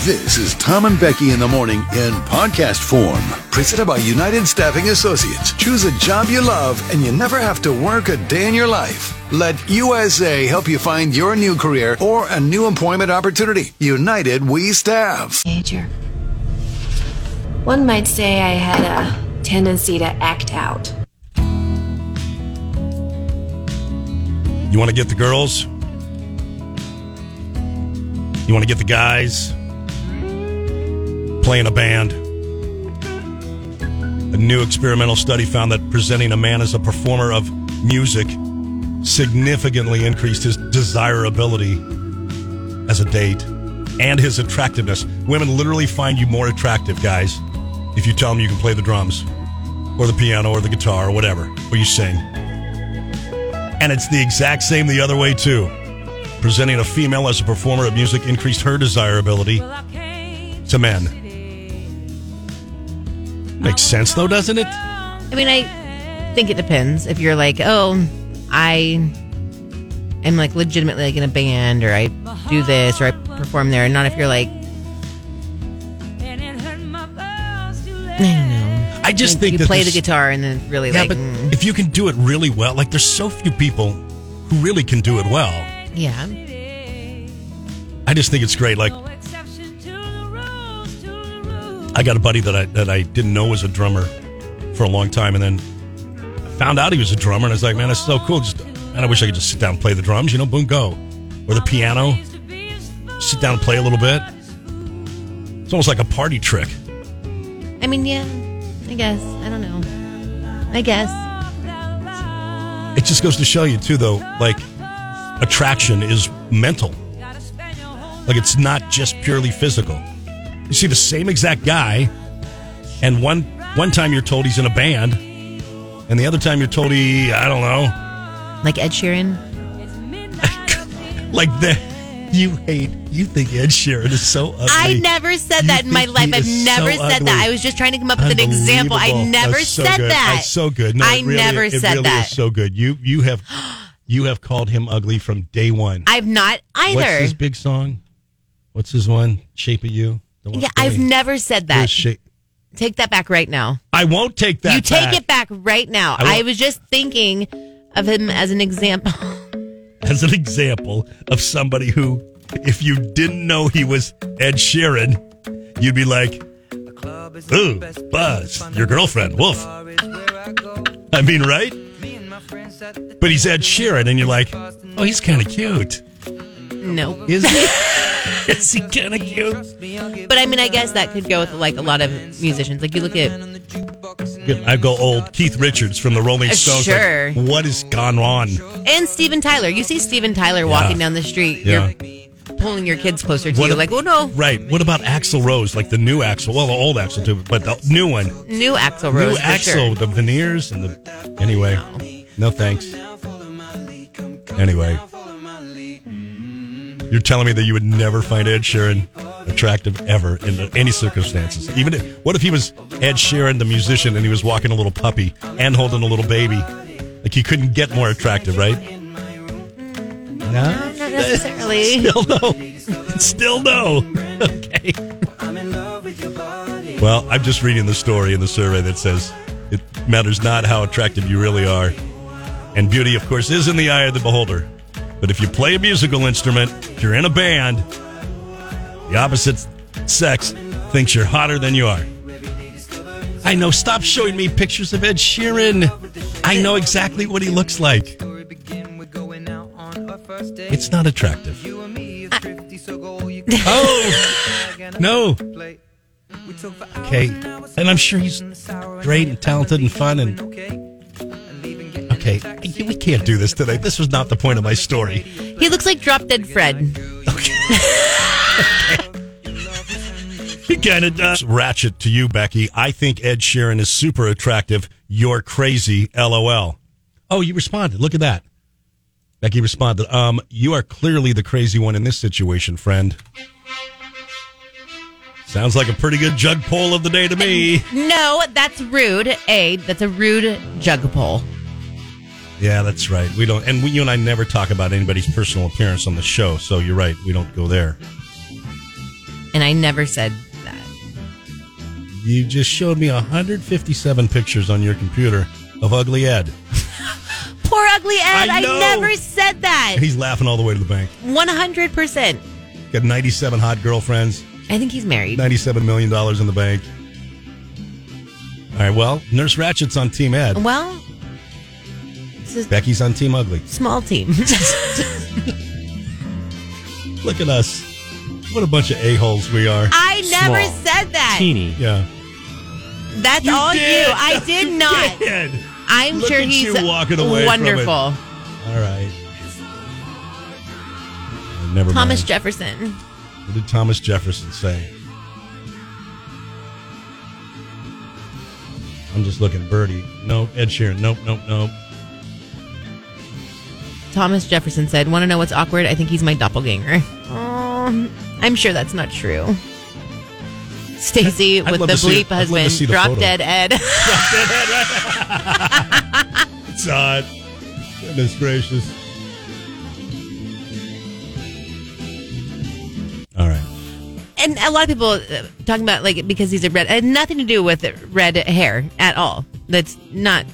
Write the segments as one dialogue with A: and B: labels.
A: This is Tom and Becky in the morning in podcast form. Presented by United Staffing Associates. Choose a job you love and you never have to work a day in your life. Let USA help you find your new career or a new employment opportunity. United We Staff.
B: Major. One might say I had a tendency to act out.
C: You want to get the girls? You want to get the guys? Play in a band. A new experimental study found that presenting a man as a performer of music significantly increased his desirability as a date and his attractiveness. Women literally find you more attractive, guys, if you tell them you can play the drums or the piano or the guitar or whatever, or you sing. And it's the exact same the other way, too. Presenting a female as a performer of music increased her desirability to men. Makes sense, though, doesn't it?
D: I mean, I think it depends. If you're like, oh, I am like legitimately like in a band, or I do this, or I perform there, and not if you're like,
C: I just think
D: you
C: that
D: play the
C: there's-
D: guitar and then really
C: Yeah,
D: like,
C: but
D: mm,
C: if you can do it really well, like there's so few people who really can do it well.
D: yeah,
C: I just think it's great. Like I got a buddy that I that I didn't know was a drummer for a long time, and then found out he was a drummer, and I was like, man, that's so cool. Just and I wish I could just sit down and play the drums, you know, boom, go, or the piano. Sit down and play a little bit. It's almost like a party trick.
D: I mean, yeah, I guess I don't know, I guess
C: It just goes to show you too, though. Like attraction is mental. Like it's not just purely physical. You see the same exact guy, and one one time you're told he's in a band, and the other time you're told he I don't know,
D: like Ed Sheeran.
C: like the you hate you think Ed Sheeran is so ugly.
D: I never said that in my
C: You think
D: life.
C: he
D: I've
C: is
D: never
C: so
D: said that.
C: ugly.
D: I was just trying to come up with an example. I
C: Unbelievable.
D: never
C: That's so
D: said
C: good.
D: that.
C: That's so good. No,
D: I
C: it really-
D: never
C: it
D: said
C: really
D: that.
C: Is so good. You you have you have called him ugly from day one.
D: I've not either.
C: What's his big song? What's his one? Shape of You. The one-
D: yeah, I've
C: the-
D: never said
C: the
D: that.
C: shape-
D: Take that back right now.
C: I won't take that.
D: you take it back right now.
C: I will-
D: I, was just thinking of him as an example.
C: as an example of somebody who, if you didn't know he was Ed Sheeran, you'd be like, "Ooh, Buzz, your girlfriend, Wolf." I mean, right? But he's Ed Sheeran, and you're like, "Oh, he's kind of cute."
D: no,
C: Is he? Is he kind of cute?
D: but I mean, I guess that could go with like a lot of musicians. Like you look at
C: I go old Keith Richards from the Rolling
D: Uh,
C: Stones.
D: sure.
C: Like, what has gone on?
D: and Steven Tyler. You see Steven Tyler walking down the street. You're pulling your kids closer to you.
C: a-
D: like, oh no,
C: Right. What about Axl Rose? Like the new Axl, well, the old Axl too, but the new one,
D: new Axl Rose.
C: new
D: for
C: Axl,
D: sure.
C: the veneers and the. Anyway, no thanks. Anyway, you're telling me that you would never find Ed Sheeran attractive ever in any circumstances. Even if, what if he was Ed Sheeran, the musician, and he was walking a little puppy and holding a little baby? Like he couldn't get more attractive, right? No,
D: Not necessarily.
C: Still no. Still no. Okay. Well, I'm just reading the story in the survey that says it matters not how attractive you really are. And beauty, of course, is in the eye of the beholder. But if you play a musical instrument, if you're in a band, the opposite sex thinks you're hotter than you are. I know. Stop showing me pictures of Ed Sheeran. I know exactly what he looks like. It's not attractive. Oh no. Okay, and I'm sure he's great and talented and fun and okay. We can't do this today. This was not the point of my story.
D: He looks like Drop Dead Fred.
C: He kind of does. Ratchet to you, Becky. I think Ed Sheeran is super attractive. You're crazy. LOL. Oh, you responded. Look at that. Becky responded. Um, you are clearly the crazy one in this situation, friend. Sounds like a pretty good jug poll of the day to me.
D: No, that's rude. A, that's a rude jug pole.
C: Yeah, that's right. We don't, and we, you and I never talk about anybody's personal appearance on the show. So you're right. We don't go there.
D: And I never said that.
C: You just showed me 157 pictures on your computer of Ugly Ed.
D: Poor ugly
C: I
D: Ed. I,
C: know.
D: never said that.
C: He's laughing all the way to the bank.
D: 100%.
C: Got 97 hot girlfriends,
D: I think he's married.
C: $97 million in the bank. All right, well, Nurse Ratchet's on Team Ed.
D: Well, it's a
C: Becky's on Team Ugly.
D: small team.
C: Look at us. What a bunch of a-holes we are.
D: I never
E: Small.
D: said that.
E: Teeny.
C: Yeah.
D: That's all you. I did not.
C: did.
D: I'm
C: Look
D: sure
C: at
D: he's
C: you walking away from
D: wonderful.
C: All right. Never
D: Thomas
C: mind.
D: Jefferson.
C: What did Thomas Jefferson say? I'm just looking. Birdie. Nope. Ed Sheeran. Nope. Nope. Nope.
D: Thomas Jefferson said, "Want to know what's awkward? I think he's my doppelganger." Um, I'm sure that's not true. Stacy
C: I'd
D: with the
C: love to see
D: bleep
C: it. I'd love to
D: husband,
C: see the
D: drop
C: photo.
D: dead Ed.
C: It's not. Goodness gracious. All right.
D: and a lot of people uh, talking about like because he's a red. It had nothing to do with red hair at all. That's not.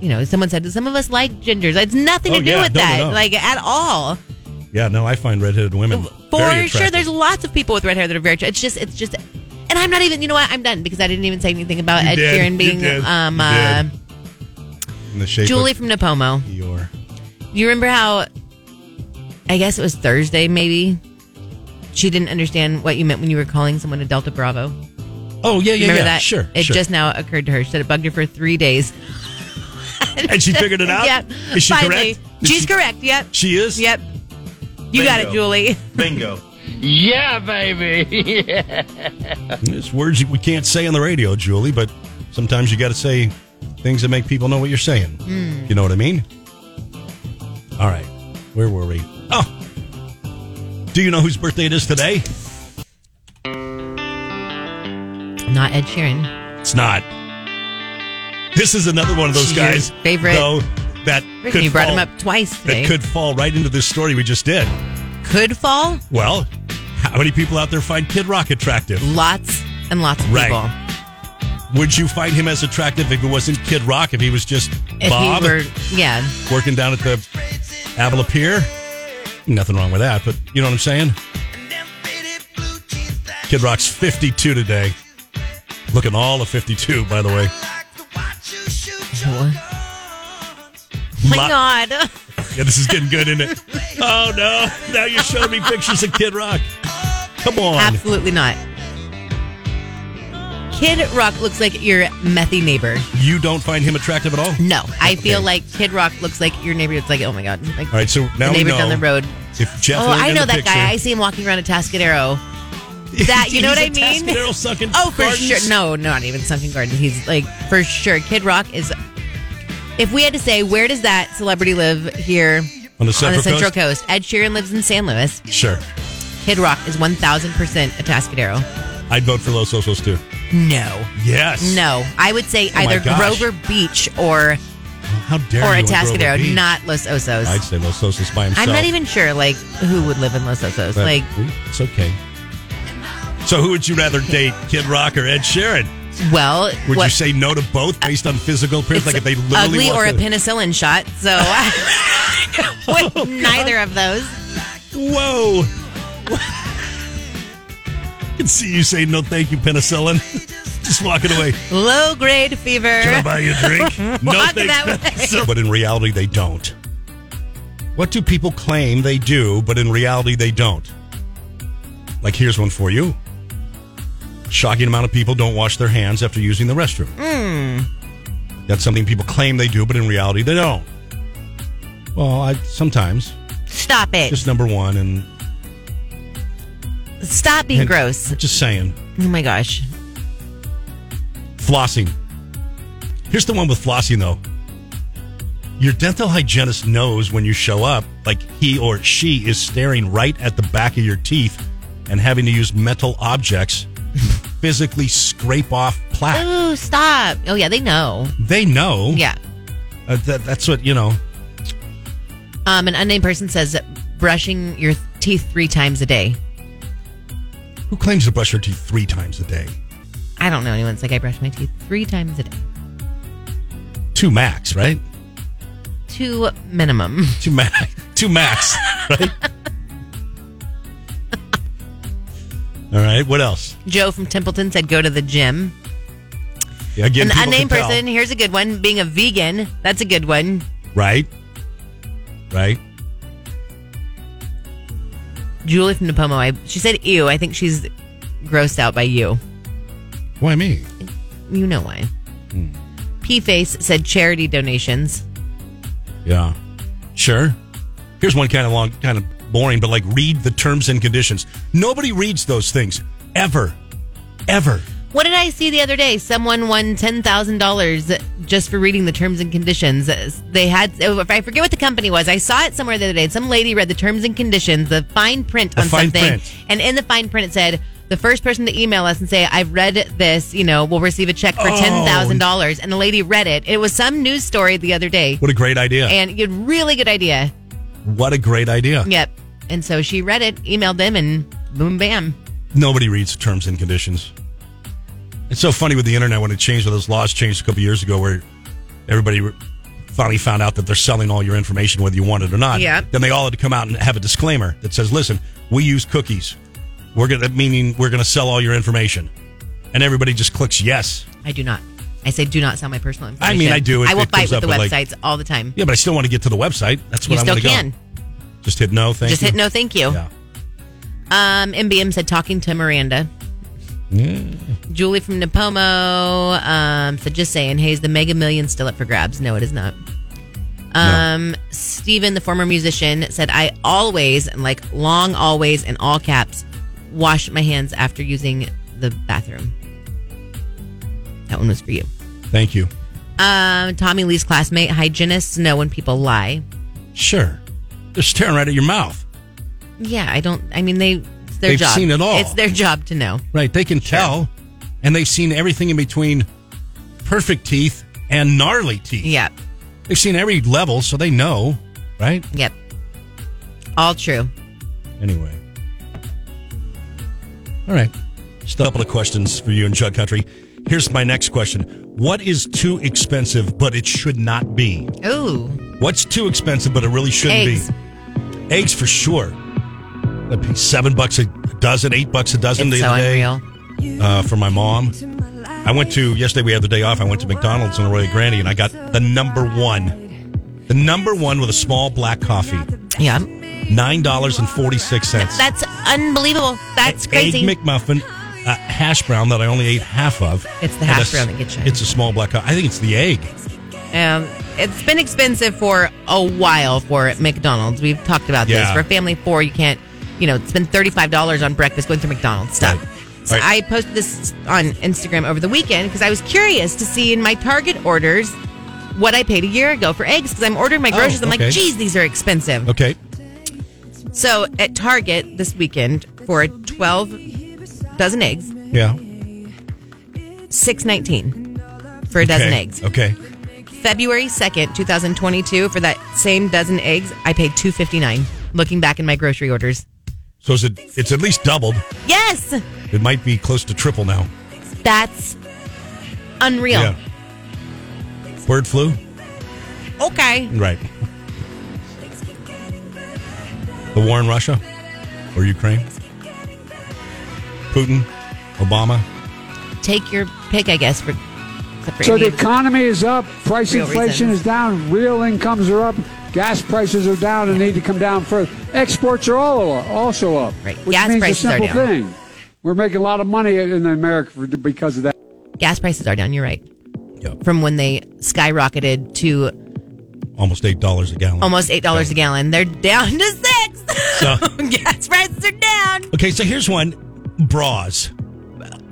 D: You know, someone said some of us like gingers. It's nothing
C: Oh,
D: to do
C: yeah,
D: with
C: no, no,
D: that,
C: no.
D: like at all.
C: Yeah. No, I find redheaded women
D: For
C: very
D: sure,
C: attractive.
D: there's lots of people with red hair that are very. attra- It's just, it's just, and I'm not even. You know what? I'm done because I didn't even say anything about
C: You
D: Ed
C: did, you
D: Sheeran being
C: did,
D: um
C: you
D: uh,
C: did. in the shape
D: Julie
C: of
D: from Napomo.
C: Eeyore.
D: You remember how? I guess it was Thursday, maybe. She didn't understand what you meant when you were calling someone a Delta Bravo.
C: Oh yeah, yeah,
D: Remember
C: yeah.
D: that?
C: Sure.
D: It
C: sure.
D: just now occurred to her. She said it bugged her for three days.
C: and she figured it out.
D: Yep.
C: Is she
D: Finally.
C: correct? Is
D: She's
C: she-
D: correct. Yep.
C: She is.
D: Yep. You got it,
C: Bingo.
D: Julie.
C: Bingo.
E: Yeah, baby.
C: There's words we can't say on the radio, Julie, but sometimes you got to say things that make people know what you're saying.
D: Hmm.
C: You know what I mean? All right. Where were we? Oh. Do you know whose birthday it is today?
D: Not Ed Sheeran.
C: It's not. This is another one of those
D: She's your
C: guys.
D: favorite.
C: Though, that
D: Brittany,
C: could
D: you brought
C: fall,
D: him up twice today.
C: That could fall right into this story we just did.
D: Could fall.
C: Well, how many people out there find Kid Rock attractive?
D: Lots and lots of
C: Right.
D: people.
C: Would you find him as attractive if it wasn't Kid Rock? If he was just
D: If
C: Bob
D: he were, yeah.
C: working down at the Avila Pier? Nothing wrong with that, but you know what I'm saying? Kid Rock's 52 today. Looking all of 52, by the way.
D: My
C: Lot-
D: God.
C: Yeah, this is getting good, isn't it? Oh, no. Now you're showing me pictures of Kid Rock. Come on.
D: Absolutely not. Kid Rock looks like your methy neighbor.
C: You don't find him attractive at all? All
D: No, I feel
C: Okay.
D: like Kid Rock looks like your neighbor. It's like, oh my god, like
C: right, so now we
D: the neighbor
C: know.
D: down the road.
C: If Jeff
D: Oh,
C: weren't
D: I
C: in
D: know
C: the
D: that
C: picture,
D: guy. I see him walking around a Tascadero. That you know
C: he's
D: what
C: a
D: I mean?
C: Tascadero sucking
D: Oh, for
C: gardens.
D: sure. No, not even Sunken Garden. He's like for sure. Kid Rock is. If we had to say, where does that celebrity live here
C: On the Central,
D: on the Central
C: Coast?
D: Coast? Ed Sheeran lives in San Luis.
C: Sure.
D: Kid Rock is one thousand percent a Tascadero.
C: I'd vote for Los Socials, too.
D: No,
C: Yes.
D: no. I would say
C: Oh my
D: either
C: gosh.
D: Grover Beach or
C: How dare
D: or
C: you
D: a
C: in Grover
D: Tascadero,
C: Beach.
D: not Los Osos.
C: I'd say Los Osos by himself.
D: I'm not even sure, like, who would live in Los Osos.
C: but
D: like,
C: we- it's okay. So, who would you rather date, Kid Rock or Ed Sheeran?
D: well,
C: Would
D: what-
C: you say no to both based on physical appearance?
D: it's
C: Like if they literally
D: ugly
C: walked
D: or a
C: in- Oh,
D: penicillin shot? So, with neither of those.
C: Whoa! I can see you saying no, thank you, penicillin. Just walking away.
D: Low grade fever.
C: Can I buy you a drink? no,
D: Walk
C: thanks.
D: that way.
C: penicillin. But in reality, they don't. What do people claim they do, but in reality, they don't? Like here's one for you. Shocking amount of people don't wash their hands after using the restroom.
D: Hmm.
C: That's something people claim they do, but in reality, they don't. Well, I sometimes
D: Stop it.
C: just number one and
D: Stop being
C: And-
D: gross.
C: I'm just saying.
D: Oh my gosh.
C: Flossing. Here's the one with flossing, though. Your dental hygienist knows when you show up, like he or she is staring right at the back of your teeth and having to use metal objects to physically scrape off plaque.
D: Ooh, stop. Oh yeah, they know.
C: They know.
D: Yeah.
C: Uh, that, that's what, you know.
D: Um, an unnamed person says that brushing your teeth three times a day.
C: Who claims to brush your teeth three times a day?
D: I don't know anyone's like I brush my teeth three times a day,
C: Two max, right?
D: two minimum.
C: Two max. Two max, right? All right. What else?
D: Joe from Templeton said go to the gym.
C: Yeah, again,
D: An
C: people can
D: unnamed
C: tell,
D: person. Here's a good one. Being a vegan. That's a good one.
C: Right. Right.
D: Julie from Napomo. I, she said ew. I think she's grossed out by you.
C: Why me?
D: You know why.
C: Hmm.
D: P Face said charity donations.
C: Yeah. Sure. Here's one kind of long, kind of boring, but like read the terms and conditions. Nobody reads those things ever, ever.
D: What did I see the other day? Someone won ten thousand dollars just for reading the terms and conditions. They had, if I forget what the company was, I saw it somewhere the other day. Some lady read the terms and conditions, the fine print
C: The
D: on
C: fine
D: something,
C: print.
D: and in the fine print it said, "The first person to email us and say I've read this, you know, will receive a check for
C: Oh.
D: ten thousand dollars." And the lady read it. It was some news story the other day,
C: What a great idea.
D: and you had really good idea.
C: what a great idea.
D: Yep. And so she read it, emailed them, and boom, bam.
C: Nobody reads the terms and conditions. It's so funny with the internet when it changed, when those laws changed a couple years ago, where everybody re- finally found out that they're selling all your information, whether you want it or not.
D: Yeah.
C: Then they all had to come out and have a disclaimer that says, "Listen, we use cookies. We're gonna meaning we're gonna sell all your information," and everybody just clicks yes.
D: I do not. I say do not sell my
C: I
D: personal information.
C: mean, I do. It-
D: I will
C: it
D: fight
C: comes
D: with
C: up
D: the
C: with, like-
D: websites all the time.
C: Yeah, but I still want to get to the website. That's
D: You
C: what I
D: still
C: want to
D: can.
C: go. Just hit no. Thank
D: Just
C: you.
D: hit no thank you.
C: Yeah.
D: Um, MBM said talking to Miranda. Julie from Napomo um, said just saying, hey, is the mega million still up for grabs? No, it is not. Um, Steven, the former musician, said, I always, and like long always in all caps, wash my hands after using the bathroom. That one was for you.
C: Thank you.
D: Um, Tommy Lee's classmate, hygienists know when people lie.
C: Sure. They're staring right at your mouth.
D: Yeah, I don't. I mean, they. It's their
C: They've
D: job.
C: seen it all.
D: It's their job to know.
C: Right. They can tell, and they've seen everything in between perfect teeth and gnarly teeth.
D: Yep.
C: They've seen every level, so they know, right?
D: Yep. All true.
C: Anyway. All right. Just a couple of questions for you in Chug Country. Here's my next question What is too expensive, but it should not be?
D: Ooh,
C: What's too expensive, but it really shouldn't
D: Eggs.
C: be? Eggs for sure. That'd be seven bucks a dozen, eight bucks a dozen
D: it's
C: the
D: so
C: other day
D: unreal.
C: uh, for my mom. I went to yesterday. We had the day off. I went to McDonald's in Arroyo Grande, and I got the number one, the number one with a small black coffee,
D: Yeah.
C: nine dollars and forty six cents.
D: That's unbelievable. That's crazy.
C: Egg McMuffin, a hash brown that I only ate half of.
D: It's the
C: And
D: hash
C: a-
D: brown that gets you.
C: It's a small black. Co- I think it's the egg.
D: um, it's been expensive for a while for McDonald's. We've talked about this.
C: Yeah.
D: For a family of four, you can't, you know, spend $35 on breakfast going through McDonald's stuff.
C: Right.
D: So
C: Right.
D: I posted this on Instagram over the weekend because I was curious to see in my Target orders what I paid a year ago for eggs because I'm ordering my groceries. I'm
C: Oh, okay.
D: like, geez, these are expensive.
C: Okay,
D: So at Target this weekend for a 12 dozen eggs,
C: yeah.
D: 619 for a dozen
C: okay.
D: eggs.
C: Okay,
D: February 2nd, 2022 for that same dozen eggs, I paid 259 looking back in my grocery orders.
C: so is it? It's at least doubled.
D: Yes,
C: It might be close to triple now.
D: that's unreal.
C: Bird flu.
D: Okay.
C: Right. The war in Russia or Ukraine? Putin, Obama.
D: Take your pick, I guess, for except for
F: So the
D: Indian.
F: economy is up, price
D: Real
F: inflation
D: reasons.
F: is down, real incomes are up, gas prices are down and need to come down further. Exports are all also up,
D: Right.
F: which
D: Gas
F: means
D: prices
F: a
D: are
F: simple
D: down.
F: thing: we're making a lot of money in America for, because of that.
D: gas prices are down, you're right.
C: Yep.
D: From when they skyrocketed to
C: Almost eight dollars a gallon.
D: almost $8 a gallon, they're down to 6.
C: So-
D: gas prices are down.
C: Okay, so here's one: bras.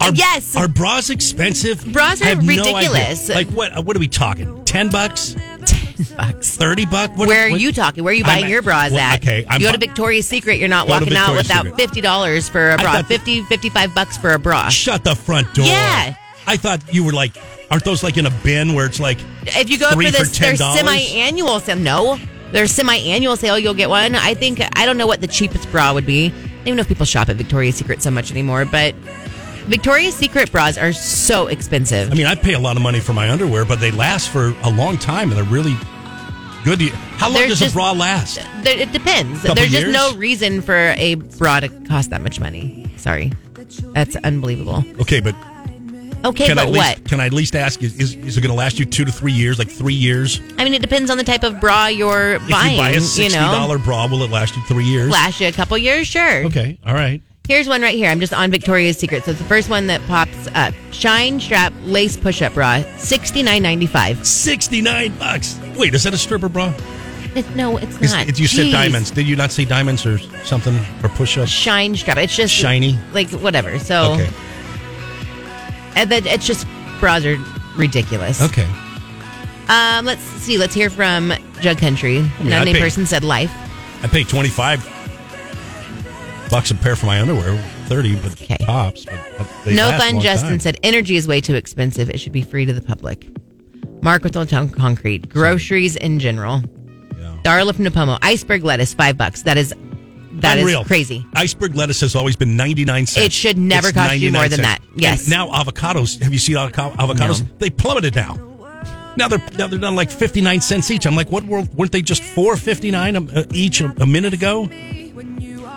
C: Are,
D: Yes.
C: Are bras expensive?
D: Bras are
C: I have no idea.
D: ridiculous.
C: like what? What are we talking? Ten bucks?
D: Bucks.
C: Thirty bucks? What,
D: Where are
C: what-
D: you talking? Where are you
C: I'm
D: buying
C: at-
D: your bras
C: well,
D: at?
C: Okay, I'm
D: you go to
C: bu-
D: Victoria's Secret, you're not
C: Go to
D: walking out
C: Victoria's
D: without
C: Secret.
D: fifty dollars for a bra.
C: thought-
D: 50, 55 bucks for a bra.
C: Shut the front door.
D: Yeah.
C: I thought you were like, aren't those like in a bin where it's like?
D: If you go
C: three
D: for this,
C: for
D: their
C: $10?
D: semi-annual sale. No, their semi-annual sale, you'll get one. I think I don't know what the cheapest bra would be. don't even know if people shop at Victoria's Secret so much anymore, but Victoria's Secret bras are so expensive.
C: I mean, I pay a lot of money for my underwear, but they last for a long time and they're really good. To you. How long
D: There's
C: does
D: just-
C: a bra last?
D: There, it depends.
C: Couple
D: There's just
C: years?
D: no reason for a bra to cost that much money. Sorry. That's unbelievable.
C: Okay, but
D: Okay,
C: can I
D: but
C: at
D: what?
C: least, can I at least ask? Is, is, is it going to last you two to three years? Like three years?
D: I mean, it depends on the type of bra you're
C: if
D: buying.
C: you buy a sixty
D: know,
C: dollar bra, will it last you three years?
D: last you a couple years, sure.
C: Okay, all right.
D: Here's one right here. I'm just on Victoria's Secret. So it's the first one that pops up. Shine strap lace push up bra, sixty nine ninety five.
C: Sixty nine bucks. Wait, is that a stripper bra?
D: No, it's
C: Is-
D: not.
C: if you said
D: Jeez.
C: diamonds. Did you not say diamonds or something or push ups?
D: Shine strap. It's just
C: Shiny?
D: like whatever. So
C: Okay.
D: and then it's just bras are ridiculous.
C: Okay.
D: Um, let's see. Let's hear from Jug Country.
C: mean,
D: No
C: I
D: name
C: think-
D: person said life.
C: I pay twenty five bucks a pair for my underwear, thirty, but
D: Okay.
C: tops. But they
D: no
C: last a
D: fun.
C: long
D: Justin
C: time.
D: said energy is way too expensive. It should be free to the public. Mark with Old Town Concrete. Groceries in general.
C: Yeah.
D: Darla from Napomo. Iceberg lettuce, five bucks. That is that is
C: Unreal.
D: crazy.
C: Iceberg lettuce has always been ninety nine cents.
D: It should never
C: It's
D: cost you
C: 99
D: more than
C: cents.
D: that. Yes.
C: And now avocados. Have you seen avoca- avocados? They plummeted now. Now they're now they're down like fifty nine cents each. I'm like, what world? Weren't they just four fifty nine uh, each a, a minute ago?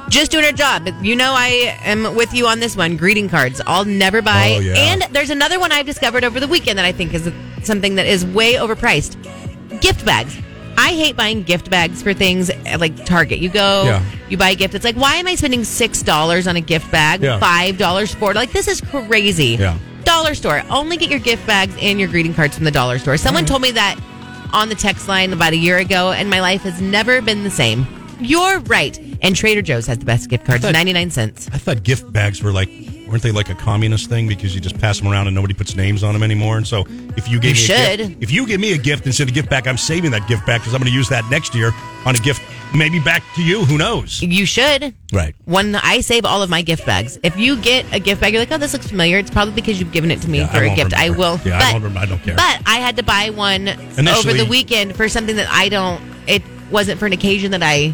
D: Just doing her job. You know I am with you on this one. Greeting cards. I'll never buy.
C: Oh, yeah.
D: And there's another one I've discovered over the weekend that I think is something that is way overpriced. Gift bags. I hate buying gift bags for things at, like Target. You go,
C: Yeah.
D: you buy a gift. It's like, why am I spending six dollars on a gift bag?
C: Yeah.
D: Five dollars for it? like this is crazy.
C: Yeah.
D: Dollar store. Only get your gift bags and your greeting cards from the dollar store. Someone told me that on the text line about a year ago, and my life has never been the same. You're right. And Trader Joe's has the best gift cards,
C: But-
D: 99 cents.
C: I thought gift bags were like, weren't they like a communist thing because you just pass them around and nobody puts names on them anymore? And so if you gave
D: You
C: me a
D: should.
C: gift, if you give me a gift instead of gift back, I'm saving that gift back because I'm going to use that next year on a gift, maybe back to you. Who knows?
D: You should.
C: Right.
D: One, I save all of my gift bags. If you get a gift bag, you're like, oh, this looks familiar. It's probably because you've given it to me
C: Yeah, I
D: for a
C: won't
D: gift. I
C: remember.
D: will.
C: Yeah, I
D: but,
C: won't remember. I don't care.
D: But I had to buy one over
C: Initially-
D: the weekend for something that I don't, it wasn't for an occasion that I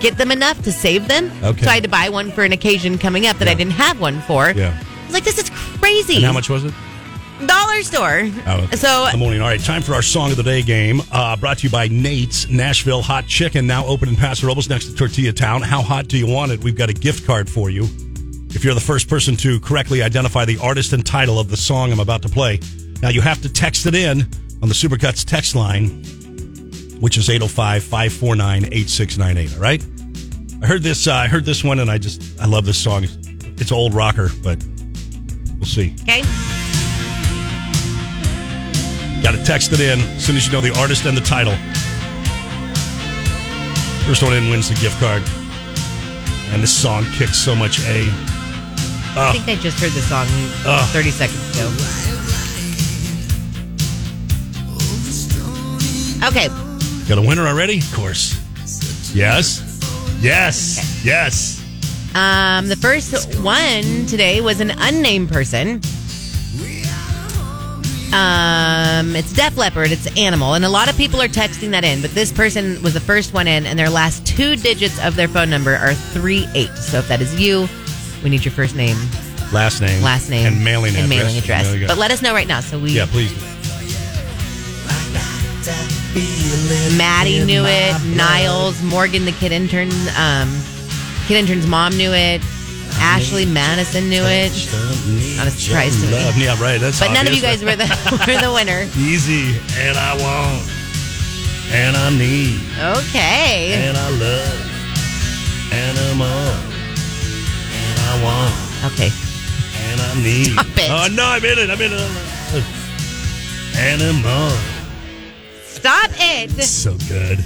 D: get them enough to save them.
C: Okay.
D: So I had to buy one for an occasion coming up that I
C: Yeah.
D: didn't have one for.
C: Yeah.
D: I was like, this is crazy.
C: And how much was it?
D: Dollar store.
C: Oh, okay.
D: So
C: Good morning. All right, time for our song of the day game. Uh, brought to you by Nate's Nashville Hot Chicken, now open in Paso Robles next to Tortilla Town. How hot do you want it? We've got a gift card for you. If you're the first person to correctly identify the artist and title of the song I'm about to play, now you have to text it in on the Supercuts text line, which is 805 549 8698. All right? I heard this. Uh, I heard this one, and I just I love this song. It's an old rocker, but we'll see.
D: Okay.
C: Got to text it in as soon as you know the artist and the title. First one in wins the gift card. And this song kicks so much A.
D: I think I just heard the song 30 seconds ago. Okay.
C: Got a winner already? Of course. Yes. Yes. Yes.
D: Um, the first one today was an unnamed person. Um, it's Def Leppard, it's Animal, and a lot of people are texting that in, but this person was the first one in, and their last two digits of their phone number are 3 8. So if that is you, we need your first name,
C: Last name.
D: last name,
C: And mailing
D: and
C: address.
D: mailing address.
C: There you go.
D: But let us know right now so we
C: yeah, please.
D: Maddie knew it. Niles, Morgan, the kid intern, um, kid intern's mom knew it. Ashley Madison knew it. Not a surprise to
C: Love.
D: me.
C: Uh, Yeah, right. That's
D: But none of you
C: obvious.
D: guys were the were the winner.
C: Easy. And I want. And I need.
D: Okay.
C: And I love. And I'm on. And I want.
D: Okay.
C: And I need.
D: Stop it.
C: Oh, no, I'm in it. I'm in it. And I'm on.
D: Stop it.
C: So good.